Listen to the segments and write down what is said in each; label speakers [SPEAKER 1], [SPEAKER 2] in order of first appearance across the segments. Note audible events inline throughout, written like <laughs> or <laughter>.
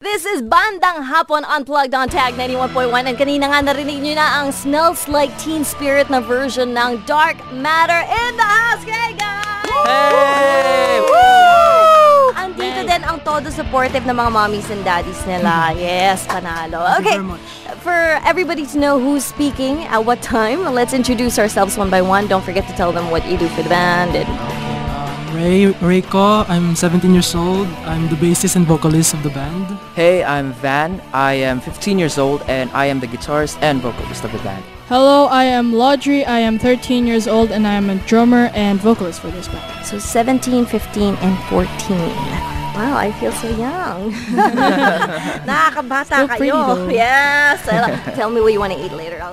[SPEAKER 1] This is Bandang Hapon Unplugged on Tag 91.1 and kanina nga narinig nyo na ang Smells Like Teen Spirit na version ng Dark Matter in the house, hey guys!
[SPEAKER 2] Hey!
[SPEAKER 1] Woo! Andito din ang todo supportive ng mga mommies and daddies nila. Yes, panalo. Okay, for everybody to know who's speaking at what time, let's introduce ourselves one by one. Don't forget to tell them what you do for the band. And
[SPEAKER 3] Ray Rayco, I'm 17 years old. I'm the bassist and vocalist of the band.
[SPEAKER 2] Hey, I'm Van. I am 15 years old and I am the guitarist and vocalist of the band.
[SPEAKER 4] Hello, I am Laudrey. I am 13 years old and I am a drummer and vocalist for this band.
[SPEAKER 1] So 17, 15, and 14. Wow, I feel so
[SPEAKER 4] <laughs>
[SPEAKER 1] young. Nakakabata
[SPEAKER 4] Still pretty
[SPEAKER 1] kayo.
[SPEAKER 4] though.
[SPEAKER 1] Yes.
[SPEAKER 4] <laughs>
[SPEAKER 1] I- Tell me what you want to eat later. I'll
[SPEAKER 4] <laughs>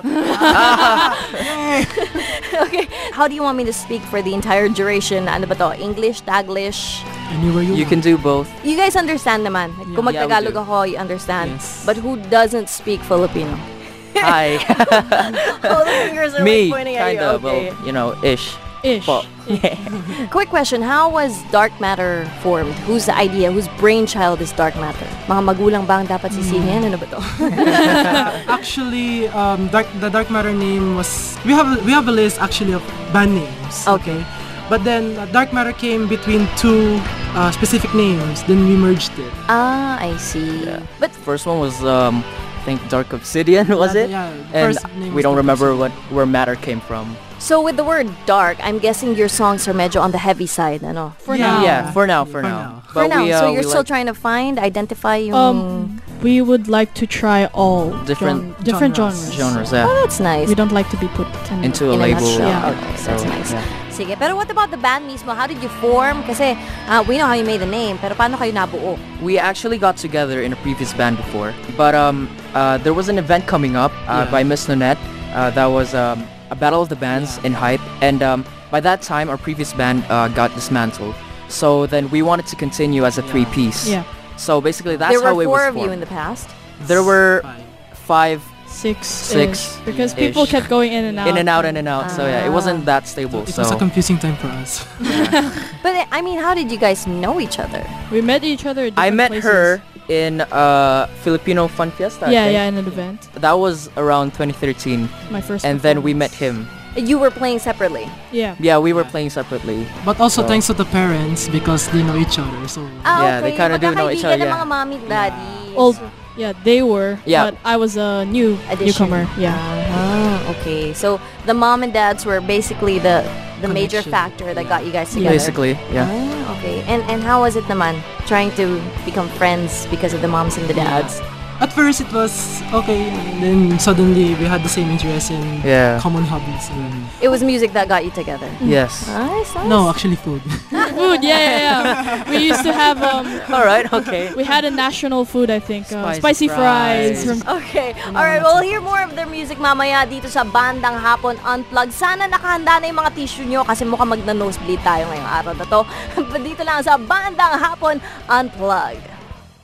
[SPEAKER 1] okay. How do you <laughs> want me to speak for the entire duration? Ano ba to? English, Taglish?
[SPEAKER 3] Anywhere you,
[SPEAKER 2] You can
[SPEAKER 1] <laughs>
[SPEAKER 2] do both.
[SPEAKER 1] You guys understand naman. Like, Kung
[SPEAKER 2] Yeah, we
[SPEAKER 1] magtagalog
[SPEAKER 2] do.
[SPEAKER 1] ako, you understand.
[SPEAKER 3] Yes.
[SPEAKER 1] But who doesn't speak Filipino?
[SPEAKER 2] Hi. <laughs>
[SPEAKER 1] All the fingers are
[SPEAKER 2] Me,
[SPEAKER 1] like pointing at you.
[SPEAKER 2] kind of.
[SPEAKER 1] Okay.
[SPEAKER 2] Well, you know, ish.
[SPEAKER 4] Ish.
[SPEAKER 2] Well,
[SPEAKER 1] Quick question, how was Dark Matter formed? Whose idea, whose brainchild is Dark Matter? Mga magulang ba ang dapat sisingin? Ano
[SPEAKER 2] <laughs>
[SPEAKER 1] ba to?
[SPEAKER 3] <laughs> Actually, um, dark, the Dark Matter name was we have a- we have a list actually of band names.
[SPEAKER 2] Oh.
[SPEAKER 1] Okay.
[SPEAKER 3] But then uh, Dark Matter came between two uh, specific names. Then we merged it.
[SPEAKER 1] ah, I see. But
[SPEAKER 2] First one was, um, I think Dark Obsidian, <laughs> was
[SPEAKER 3] Yeah,
[SPEAKER 2] it?
[SPEAKER 3] yeah,
[SPEAKER 2] And
[SPEAKER 3] first name
[SPEAKER 2] we
[SPEAKER 3] was
[SPEAKER 2] don't
[SPEAKER 3] Dark
[SPEAKER 2] remember what where Matter came from.
[SPEAKER 1] so with the word dark, I'm guessing your songs are medyo on the heavy side, ano?
[SPEAKER 4] For
[SPEAKER 3] Yeah.
[SPEAKER 2] Yeah, for now, for,
[SPEAKER 3] Oh. For
[SPEAKER 2] now.
[SPEAKER 3] now.
[SPEAKER 1] For
[SPEAKER 2] But
[SPEAKER 1] now,
[SPEAKER 2] we,
[SPEAKER 1] so
[SPEAKER 2] uh,
[SPEAKER 1] you're
[SPEAKER 2] we
[SPEAKER 1] still
[SPEAKER 2] like
[SPEAKER 1] trying to find, identify yung...
[SPEAKER 4] now, um, we would like to try all
[SPEAKER 2] Different
[SPEAKER 4] gen- different
[SPEAKER 3] genres.
[SPEAKER 4] genres.
[SPEAKER 2] genres
[SPEAKER 1] oh,
[SPEAKER 2] yeah,
[SPEAKER 1] that's nice.
[SPEAKER 4] We don't like to be put in
[SPEAKER 2] into a
[SPEAKER 1] In a
[SPEAKER 2] label.
[SPEAKER 1] nutshell.
[SPEAKER 4] Yeah.
[SPEAKER 1] Okay,
[SPEAKER 2] Okay,
[SPEAKER 1] that's
[SPEAKER 2] so,
[SPEAKER 1] nice.
[SPEAKER 2] yeah.
[SPEAKER 1] Sige, pero what about the band mismo? How did you form? Kasi ah, we know how you made the name, pero paano kayo nabuo?
[SPEAKER 2] We actually got together in a previous band before, but um, uh, there was an event coming up uh,
[SPEAKER 3] Yeah.
[SPEAKER 2] by Miss Nonette uh, that was um, a battle of the bands in hype, and um, by that time our previous band uh, got dismantled. So then we wanted to continue as a
[SPEAKER 3] Yeah.
[SPEAKER 2] three-piece.
[SPEAKER 4] Yeah,
[SPEAKER 2] So basically, that's
[SPEAKER 1] there were
[SPEAKER 2] how it was
[SPEAKER 1] four of you in
[SPEAKER 2] formed.
[SPEAKER 1] the past.
[SPEAKER 2] There were
[SPEAKER 3] Five.
[SPEAKER 2] five
[SPEAKER 4] six,
[SPEAKER 2] Six
[SPEAKER 4] ish, because people
[SPEAKER 2] ish.
[SPEAKER 4] kept going in and out.
[SPEAKER 2] in and out, in and out. So yeah,
[SPEAKER 1] Ah.
[SPEAKER 2] it wasn't that stable.
[SPEAKER 3] It
[SPEAKER 2] so
[SPEAKER 3] was a confusing time for us. <laughs>
[SPEAKER 1] But I mean, how did you guys know each other?
[SPEAKER 4] We met each other. At
[SPEAKER 2] I
[SPEAKER 4] different
[SPEAKER 2] met
[SPEAKER 4] places.
[SPEAKER 2] her in uh, Filipino Fun Fiesta. I
[SPEAKER 4] Yeah,
[SPEAKER 2] think.
[SPEAKER 4] yeah, in an event.
[SPEAKER 2] That was around 2013,
[SPEAKER 4] My first.
[SPEAKER 2] and then we met
[SPEAKER 4] performance.
[SPEAKER 2] him.
[SPEAKER 1] You were playing separately.
[SPEAKER 4] Yeah.
[SPEAKER 2] Yeah, we were
[SPEAKER 3] Yeah.
[SPEAKER 2] playing separately.
[SPEAKER 3] But also
[SPEAKER 2] So-
[SPEAKER 3] thanks to the parents because they know each other. So
[SPEAKER 2] Yeah, they kinda do know each
[SPEAKER 1] Ah, Magkakaibigan
[SPEAKER 2] other,
[SPEAKER 1] ng
[SPEAKER 2] yeah.
[SPEAKER 1] mga mommy and daddies.
[SPEAKER 4] Old. Yeah, they were.
[SPEAKER 2] Yeah.
[SPEAKER 4] But I was a new
[SPEAKER 1] Addition.
[SPEAKER 4] newcomer.
[SPEAKER 2] <laughs>
[SPEAKER 4] Yeah.
[SPEAKER 1] Ah, okay. So the mom and dads were basically the the major
[SPEAKER 3] Connection.
[SPEAKER 1] factor that got you guys
[SPEAKER 4] Yeah.
[SPEAKER 1] together.
[SPEAKER 2] Basically, yeah.
[SPEAKER 1] Ah, okay. And and how was it naman trying to become friends because of the moms and the dads?
[SPEAKER 3] at first it was okay. And then suddenly we had the same interest in
[SPEAKER 2] Yeah.
[SPEAKER 3] common hobbies. and-
[SPEAKER 1] It was music that got you together. Ah,
[SPEAKER 2] Yes.
[SPEAKER 1] Nice, nice.
[SPEAKER 3] No, actually food.
[SPEAKER 4] Food. Yeah, yeah, yeah. we used to have um,
[SPEAKER 2] <laughs> All right. Okay.
[SPEAKER 4] we had a national food. I think uh,
[SPEAKER 2] Spicy
[SPEAKER 4] spicy fries,
[SPEAKER 2] fries.
[SPEAKER 4] from
[SPEAKER 1] Okay. Alright, we'll hear more of their music mamaya dito sa Bandang Hapon Unplugged. Sana nakahanda na yung mga tissue nyo kasi <laughs> mukhang magna-nosebleed tayo ngayong araw na to. dito lang sa Bandang Hapon Unplugged.